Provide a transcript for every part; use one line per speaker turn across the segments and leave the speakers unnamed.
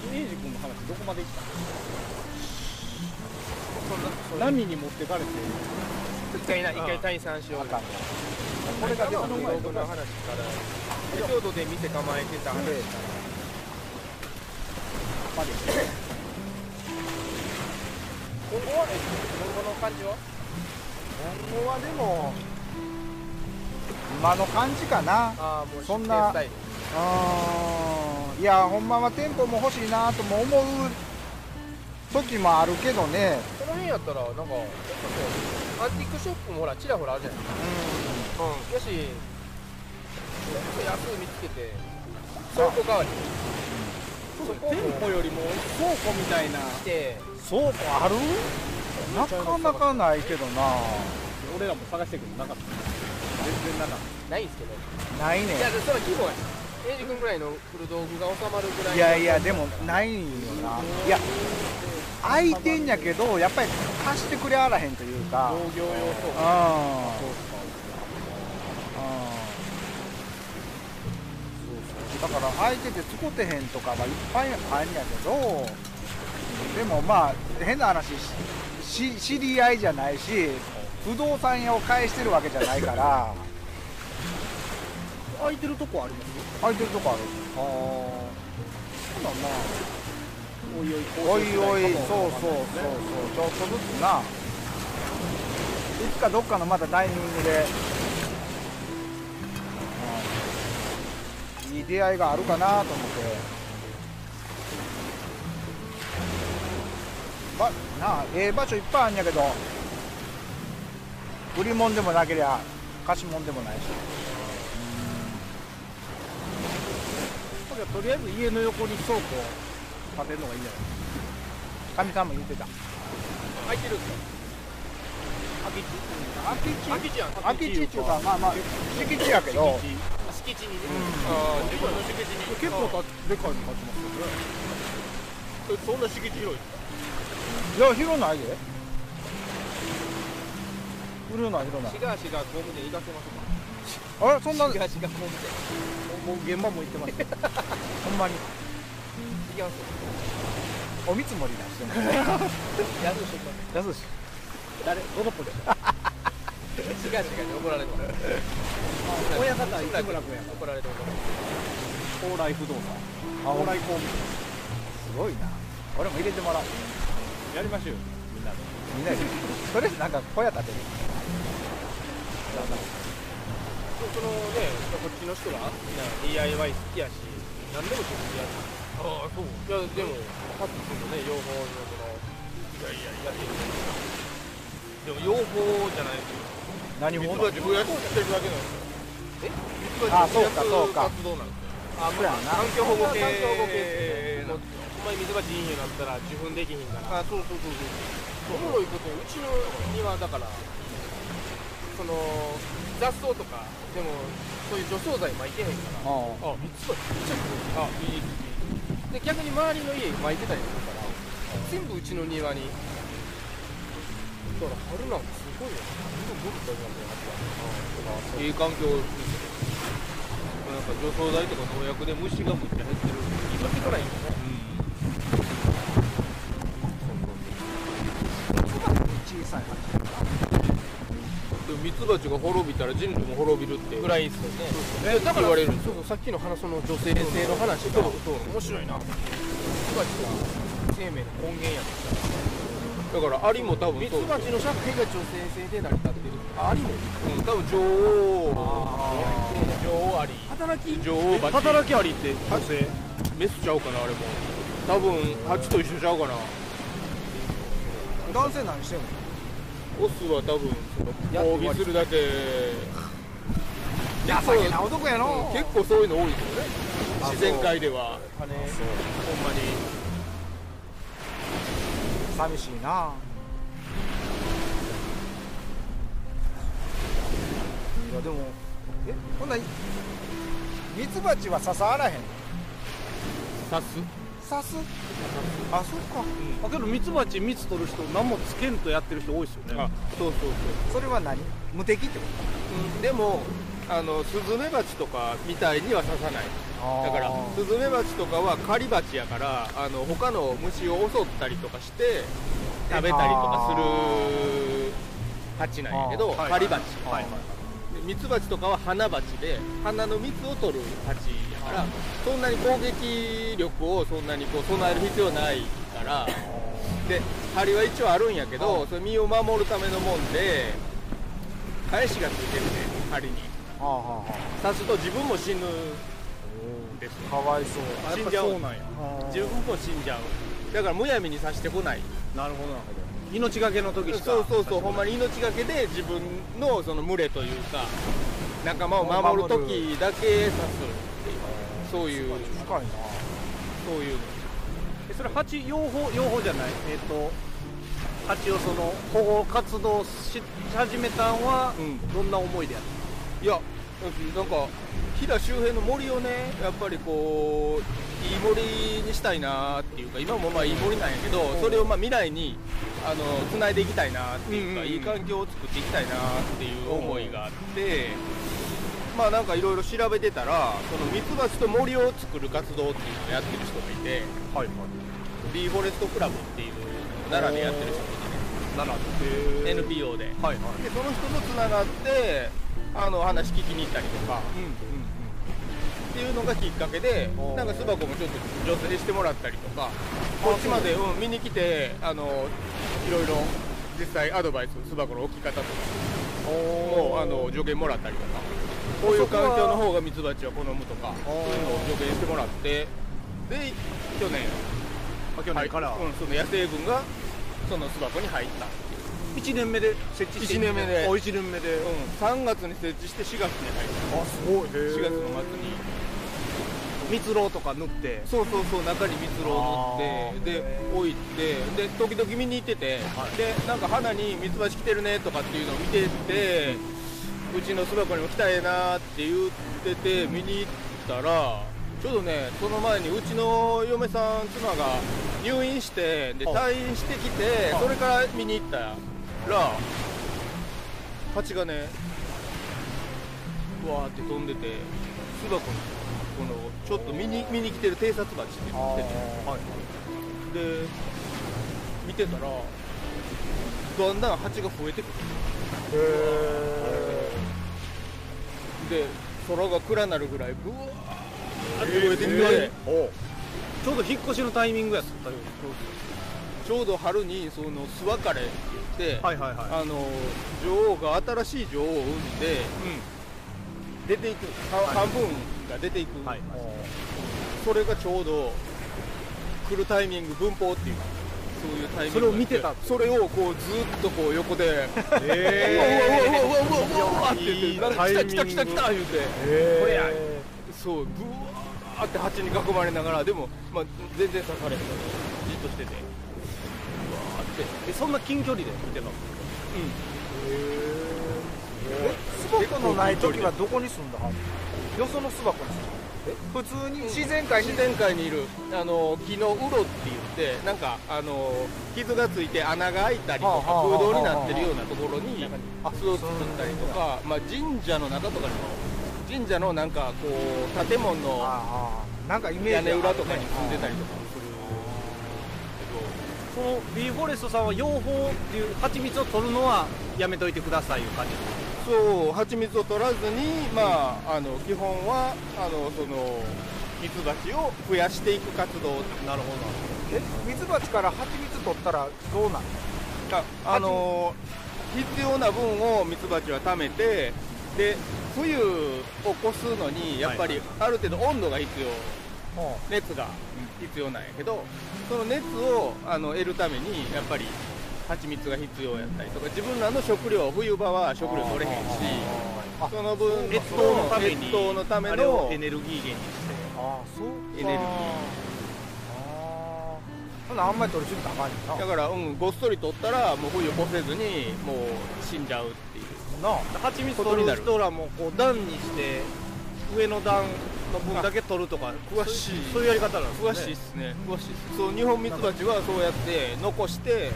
話どこまで行っ
そんなそ
た何に持ってかれて
一回な一回退散しよう
あかんの
こ
こ
れ
れ
が
が
出
出た
たの
の
前
前
の話からエピソードで見て構えてた話
まで
今後はね今後の感じは
今後はでも今の感じかな
ああもう
そんな
出店ス
うんいやほんまは店舗も欲しいなとも思う時もあるけどね
タイルこの辺やったらなんかちょっとこうアンティークショップもほらちらほらあるじゃないです
う
かうんやしちょっと安い見つけて倉庫代わりにそこを
店舗よりも倉庫みたいな
して
倉庫あるなかなかないけどな
俺らも探してくるなかった全然なかっ
ないんですけど
ないね
いやでもその規模がエイジ君ぐらいの古道具が収まるぐらいの
いやいやでもないよないや空いてんやけどやっぱり貸してくれあらへんという
た
か
農業用倉庫
あ
そう
だから空いてて使ってへんとかはいっぱいあるんやけどでもまあ変な話しし知り合いじゃないし不動産屋を返してるわけじゃないから
空いてるとこありますよ
空いてるとこあるあ
そうなんなおいおい
おいおいそうそうそう
う
そうちょっとずつないつかどっかのまたタイミングで、うんいい出会いがあるかなと思ってばなあええ場所いっぱいあんやけど売り物でもなけりゃ貸し物でもないし
とりあえず家の横に倉庫建てるのがいいんじゃない
かみさんも言ってた
空いてるんです
空き
か空き地やん
空き地っていうかまあまあ敷地やけど
敷
敷
地
地にねああ自分の敷地に
結構たでかいの建ちますよね
そんな敷地広い
いや広ないで広ない広ない
シガシガゴムで行かせましょ
あれそんな
うかシガシガゴムで
もう現場も行ってますよ ほんまに
行きます
お見積もり出しても
安いしてま
出すし
誰どのポジション
すシガシガで怒られる
親方は市村君やか
怒られる
ら蓬莱不動産
あ
蓬
俺
莱公務
すごいな俺も入れてもらう
やりましょうよみんなで
みんなでとりあえずなんか小屋建てる
そのねこっちの人がみんな DIY 好きやし何でも自分でやるああそういやでもパッとするのね養蜂のそのいやいややってるでも養蜂じゃないですよ
何
実
も
は自分やってるだけなんですよえ実は
あそうかそうか
自分やってる活動なんですよあ
そうやな
環境保護系
環境保護系
もうお前水が自由になったら受粉できひんからあそうそうそうそうおもろいことにうちの庭だからその雑草とかでもそういう除草剤巻いてへんから
あ
あ三つ葉ちょっとあいいいいで逆に周りの家巻いてたりするから全部うちの庭にだから春なんかすごいよどこかにあるんだよいい環境なんか除草剤とか農薬で虫がむっちゃ減ってる今してかないんだね
小さい
でもミツバチが滅びたら人類も滅びるってぐらいですよね
え
だから言われるそうそうさっきの話その女性性の話が面白いなミツバチが生命の根源やだからアリも多分ミツバチの社会が女性性で成り立ってるアリもうん多分女王女王アリ
働き
女王バチ
働きありって女性
メスちゃうかなあれも多分ハチと一緒ちゃうかな
男性何してんの
オスは多分
やって
抗
終わ
議
り
するだけ
情けな男や
うん
の
結構そういうの多いですよね
あ
自然界では
あれ
ほんまに
寂しいな。いやでも、え、こんなんミツバチは刺さらへん。
刺す
刺す？あ、そっか。
あけどミツバチ蜜取る人何もつけんとやってる人多いですよね
あそうそうそう
それは何？無敵ってこ
うんでもあのスズメバチとかみたいには刺さないだから
あ
スズメバチとかは狩りバチやからあの他の虫を襲ったりとかして食べたりとかするハチなんやけど
あーはい
狩りバチ
ー
はい
でミツバチとかは花バチで花の蜜を取るハチやからそんなに攻撃力をそんなにこう備える必要ないからで針は一応あるんやけどそれ身を守るためのもんで返しがついてるね針に
あはあは
刺すと自分も死ぬんです
あ
よ
かわいそう
あ死んじゃう
やっぱそうなんや
あー
自分も死んじゃうだからむやみに刺してこない
なるほどなるほど命がけの時しか
そうそうそうほんまに命がけで自分のその群れというか仲間を守る時だけ刺すっていうそういう
深いな
そういうの
えそれ蜂養蜂養蜂じゃないえっ、と蜂をその保護活動し始めたんは
うん
どんな思いでやっ
いやなんか飛騨周辺の森をねやっぱりこういい森にしたいなっていうか今もまあいい森なんやけどそれをまあ未来にあの繋いでいきたいなっていうか、
うんうんうん
いい環境を作っていきたいなっていう思いがあって、まあなんかいろいろ調べてたらそのミツバチと森を作る活動っていうのをやってる人がいて
たはいはい
リーフォレストクラブっていう奈良でやってる人が
な
い
ら
てね NPO で。
はいはい
でその人とつながってあの話聞きに行ったりとか
うんうん
っていうのがきっかけで
おー
なんか巣箱もちょっと助成してもらったりとかこっちまで、うん、見に来てあのいろいろ実際アドバイス巣箱の置き方とかもあの助言もらったりとかこういう環境の方がミツバチは好むとかそういうのを助言してもらってで去年
まあ去年から
はいうん、その野生群がその巣箱に入った。
1年目で設置して
一年目で
お1年目で、
うん、3月に設置して4月に入った
あすごい
4月
4
の
月の
末に
蜜蝋とか塗って
そうそうそう中に蜜蝋を塗ってで
あ
置いてで時々見に行ってて、
はい
でなんか花にミツバチ来てるねとかっていうのを見てて、うちの巣箱にも来たいなって言ってて見に行ったらちょうどねその前にうちの嫁さん妻が入院してで
は
退院してきてそれから見に行ったら蜂がねわーって飛んでて巣箱にこのちょっと見に見に来てる偵察蜂って言ってて。
あ
はい
で見てたらだんだん蜂が増えてく
ーへ
るで空が暗なるぐらいブワーって増えてきて、
おうちょうど引っ越しのタイミングやったよ
ちょうど春にその巣別れって言って、
はいはいはい
あの女王が新しい女王を産んで出ていくは
はい
半分が出ていく、
うんはいはい
それがちょうど来るタイミング分法っていうそういうタイミング
それを見てた
それをこうずーっとこう横で
え
うわうわうわうわうわうわって言って
いい
なんか来た来た来た来た言うて
え
これやそうブワーって蜂に囲まれながらでも、まあ、全然刺されへんのじっとしててうわーって
えそんな近距離で見てたの
え巣箱のない時はどこに住んだはずよその巣箱に住んだ普通に自然界に
自然界にいるあの木のウロって言ってなんかあの傷がついて穴が開いたりとか
はあはあは
空
あ
洞になってるようなところに
あ
巣を作ったりとか、まあ、神社の中とかにも神社のなんかこう建物の
ああなんかイメー
屋
ジ
根裏とかに住んでたりとかする
そのビーフォレストさんは養蜂っていう蜂蜜を取るのはやめといてくださいいう感じ
そう蜂蜜を取らずに、まあ、あの基本はあのそのミツバチを増やしていく活動
なるほど
えミツバチから蜂蜜取ったらどうなる
ああの必要な分をミツバチは貯めてで冬を越すのにやっぱりある程度温度が必要
の
熱が必要なんやけどその熱をあの得るためにやっぱり蜂蜜が必要やったりとか自分らの食料冬場は食料取れへんし
あ
その分
越冬のために
越冬のため
あれを
の
エネルギー源にして
ああそう
エネルギー
ああほなあんまり取りすぎたらあかんよ
だから、うん、ごっそり取ったらもう冬越せずにもう死んじゃうっていう
ななあ
蜂蜜取る人らもこう段にして上の段の分だけ取るとか
詳しい
そうそういうやり方なんですね
詳しいっすね詳しいっすそう日本ミツバチはそうやって残して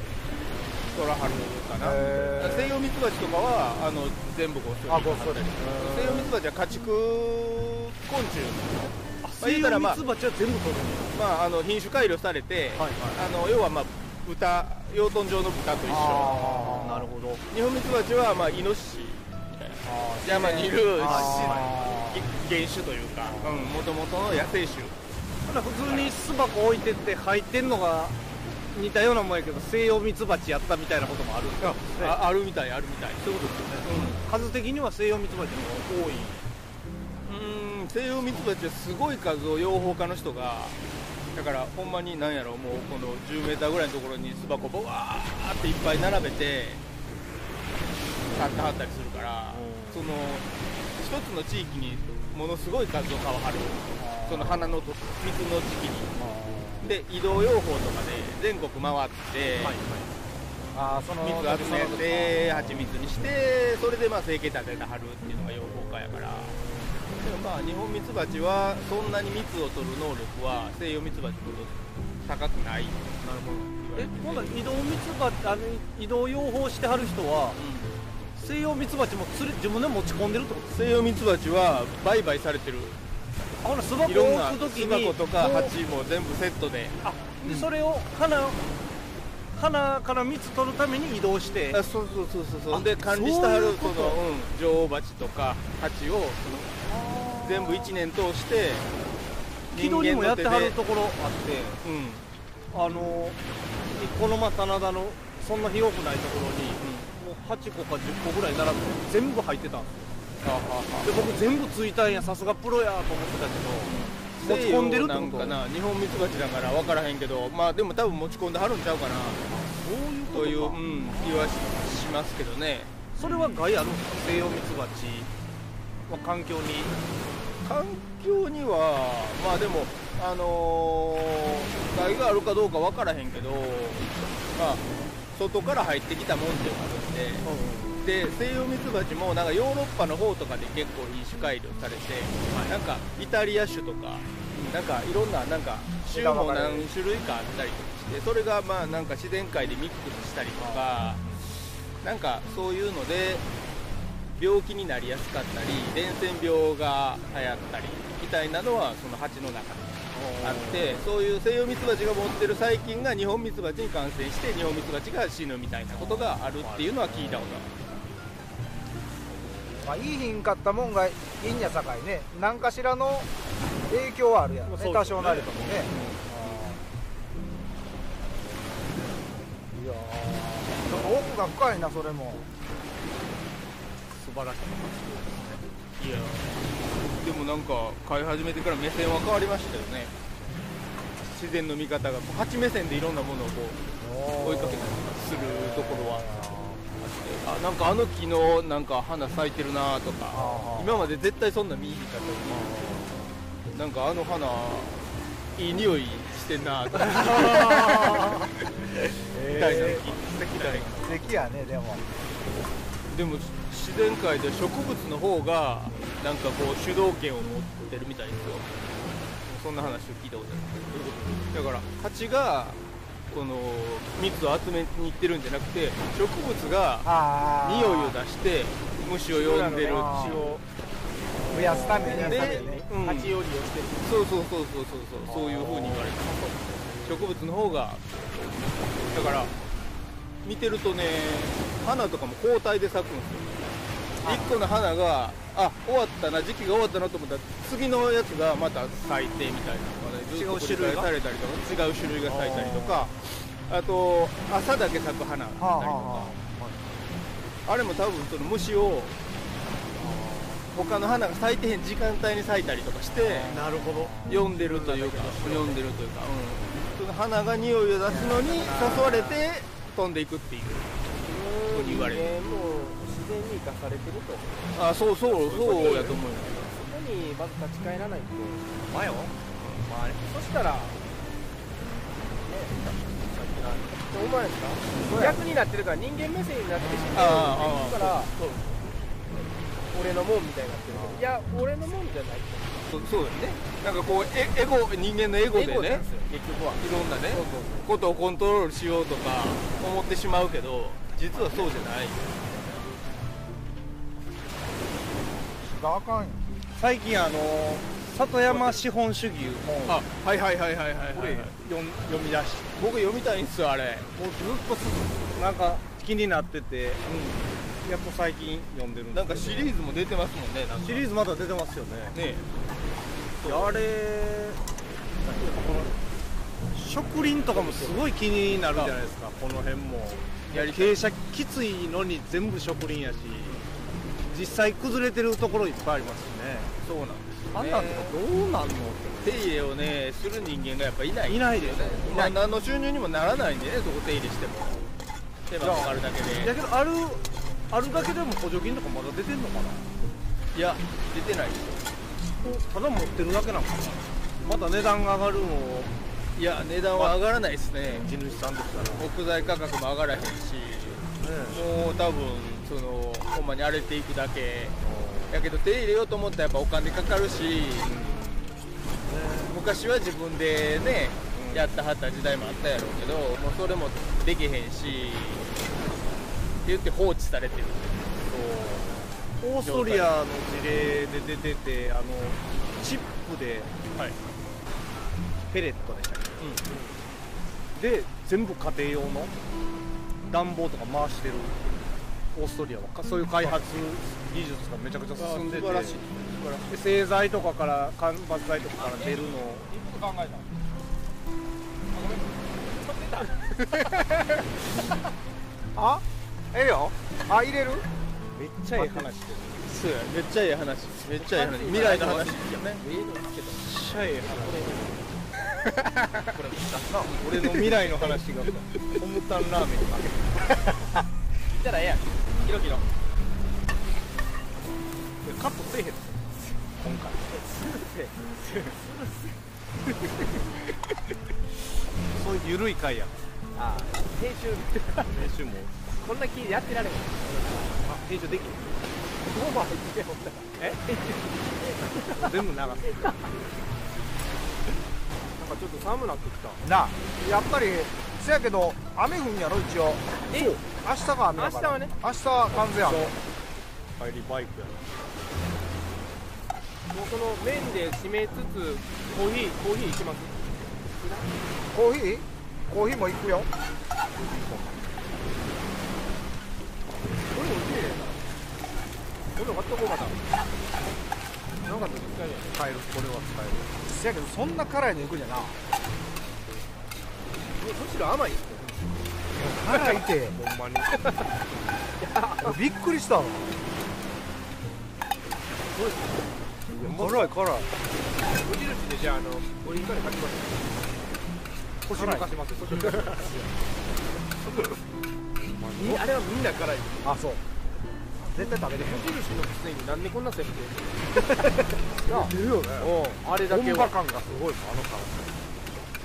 トラハルかな、
へー
西洋ミツバチとかはあの全部ごっそり
あごっそり
張っ
うん
て西洋ミツバチは家畜昆虫
あ
まあ言うたらまあ
西洋ミツバチは全部取るん
まああの品種改良されて、
だはい
あの要はまあ豚養豚場の豚と一緒
あー
なるほど
日本ミツバチはまあイノシシ
あー
山にいる
あー
原種というかもともとの野生種
ただ普通に巣箱置いてって入ってんのが似たようなもんやけど西洋ミツバチやったみたいなこともあるんですよね
ああるみたいあるみたい
そういうことですよね、数的には西洋ミツバチの方が多い
うん西洋ミツバチはすごい数を養蜂家の人がだからほんまになんやろもうこの 10m ぐらいのところに巣箱をわーっていっぱい並べて買ってはったりするからその一つの地域にものすごい数を買わはるその花のと蜜の時期にで移動養蜂とかで全国回って、
あーその
蜜集めて蜂蜜にしてそれでまあ生形立てた春っていうのが養蜂家やからでもまあ日本ミツバチはそんなに蜜を取る能力は西洋ミツバチほど高くないなるほ
え今度は移動ミツバチあの移動養蜂してはる人は西洋ミツバチも釣り自分で持ち込んでるってことです
西洋ミツバチは売買されてる
あほら巣箱
いろん
を
な
置く時
巣
に
箱とか
こう
蜂も全部セットで
あでそれを花花から蜜取るために移動して
あそうそうそうそうそう
あ
で管理しては
そうい
る
う
そ
こ
の
と
うん女王蜂とか蜂をその全部1年通して
軌道にもやってはる
人間の
ところあって
手でうん
あのこの間棚田のそんな広くないところにもう8個か10個ぐらい並んで全部入ってたんですよで僕全部ついたんやさすがプロやと思ってたけど持ち込んでるっ
西
て
洋なん
こと
かな日本ミツバチだから分からへんけどまあでも多分持ち込んではるんちゃうかな
そう
とい
いう
う、
こ
う
とか
ん、気はしますけどね
それは害あるんですか西洋ミツバチは環境に
環境にはまあでもあのー害があるかどうか分からへんけどまあ外から入ってきたもんっていう感じで、で西洋ミツバチもなんかヨーロッパの方とかで結構品種改良されて、なんかイタリア種とかなんかいろんななんか種も何種類かあったりとかしてそれがまあなんか自然界でミックスしたりとかなんかそういうので病気になりやすかったり伝染病が流行ったりみたいなのはその蜂の中にあってそういう西洋ミツバチが持ってる細菌が日本ミツバチに感染して日本ミツバチが死ぬみたいなことがあるっていうのは聞いたことある
まあ、いい品買ったもんがいいんやさかいね何かしらの影響はあるやろ
まあ
ね
そうで
多
すよ
少
ね
なりともね、いやーなんか奥が深いなそれも
素晴らしい
いやでもなんか飼い始めてから目線は変わりましたよね自然の見方がこう蜂目線でいろんなものをこう追いかけたりするところはあってあなんかあの木のなんか花咲いてるなとか
あー
今まで絶対そんな見に行かったなんかあの花いい匂いしてんな とかみたいな
え
みたいな
ー素敵やねでも
でも自然界で植物の方がなんかこう主導権を持ってるみたいですよそんな話を聞いたことあるだから蜂がこの蜜を集めに行ってるんじゃなくて植物が
あー
匂いを出して虫を呼んでる
あー
血を
増やすために
で、うん、
蜂よりをしてる
そうそうそうそうそうそうそういう風に言われてます植物の方がだから見てるとね花とかも交代で咲くんですよ1個の花があ終わったな時期が終わったなと思ったら次のやつがまた咲いてみたいなのがねずっと繰り返されたりとか違う種類が咲いたりとかあと朝だけ咲く花だったりとか
はあ、はあは
あれも多分その虫を他の花が咲いてへん時間帯に咲いたりとかして
なるほど
読んでるというか読んでるというか、うん、その花が匂いを出すのに誘われて飛んでいくっていうふうに言われる
ねもう自然に生かされてると
あそうそうそうやと思うよ
そこにまず立ち返らないと前を前そしたらねさっきのあれお前ですか逆になってるから人間目線になってしま
ああああ
うからお
俺のもんみたいになってるけどいや俺のもんじゃない
そうそうだよねなんかこうエエゴ人間のエゴでね
エゴなんですよ結局はい
ろんなねことをコントロールしようとか思ってしまうけど実はそうじゃない
があかんよ
最近あの里山資本主義本
あはいはいはいはいはい、
これ読ん読み出し
僕読みたいんですよあれ
もうずっとすぐなんか気になってて、やっと最近読んでるんで
なんか
すけど
シリーズも出てますもんねなんか
シリーズまだ出てますよね
ね
いやあれ植林とかもすごい気になるじゃないですかこの辺も
やりたい
傾斜きついのに全部植林やし実際崩れてるところいっぱいありますしね
そうなんで
あんなんとかどうなんのって
す手入れをねする人間がやっぱいない
いないですね
まあ何の収入にもならないんでねそこ手入れしても手間かかるだけで
だけどあるあるだけでも補助金とかまだ出てんのかない
や出てないですよ
ただ持ってるだけなのかなまた値段が上がるのを
いや値段は上がらないですね
地主さんとしたら
木材価格も上がらへんしもう多分そのほんまに荒れていくだけやけど手入れようと思ったらやっぱお金かかるし、昔は自分でね、やってはった時代もあったやろうけどもうそれもできへんしって言って放置されてる
オーストリアの事例で出ててあのチップで、
はい
ペレットでしたっけ、で全部家庭用の暖房とか回してるオーストリアはかそういう開発技術がめちゃくちゃ進んでて
あ素晴らしい
で製材とかから間伐材とかから出るのを
あええよあ入れる
めっちゃええ話してる
そうやめっちゃええ話めっちゃええ話未来の話ですよね
めっちゃええ話俺の未来の話がホムタンラーメンになってる
言ったらええやんキロキロ
でカットせえへんの今回そういう緩い回や
ああ編集
練習も
こんな気でやってられん
あ編集できる
どうも入ってけほんなら
全部流す
なんかちょっと寒なってきた
なあやっぱりせやけど雨降んやろ一応
え
明日が雨だか
明
ら
日はね
明日は完全雨
帰りバイクや
もうその麺で締めつつコーヒーコーヒーいきます
コーヒーコーヒーも行くよ
これ美味しいねこれ買っとこうまたなんか使える
使えるこれは使える
せやけどそんな辛いの行くじゃな
むしろ甘いっすね
辛いて
ほんまに
俺びっくりしたわ辛い辛い
無印でじゃああの俺一回買ってます
腰
辛い
抜
か
か
します腰抜かしますみあれはみんな辛い
あそう絶対食べれへん
無印のくせになんでこんなせめて
いよね
あれだけ
本場
は
感がすごいもんあの感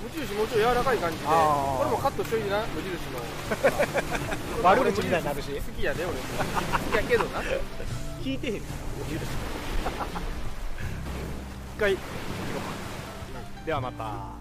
無印もうちょい柔らかい感じでこ
あ
れ
ー
もカットしといてな無印の
悪口みたいになるし
好きやで俺好きやけどな
聞いてへんねん一回ではまた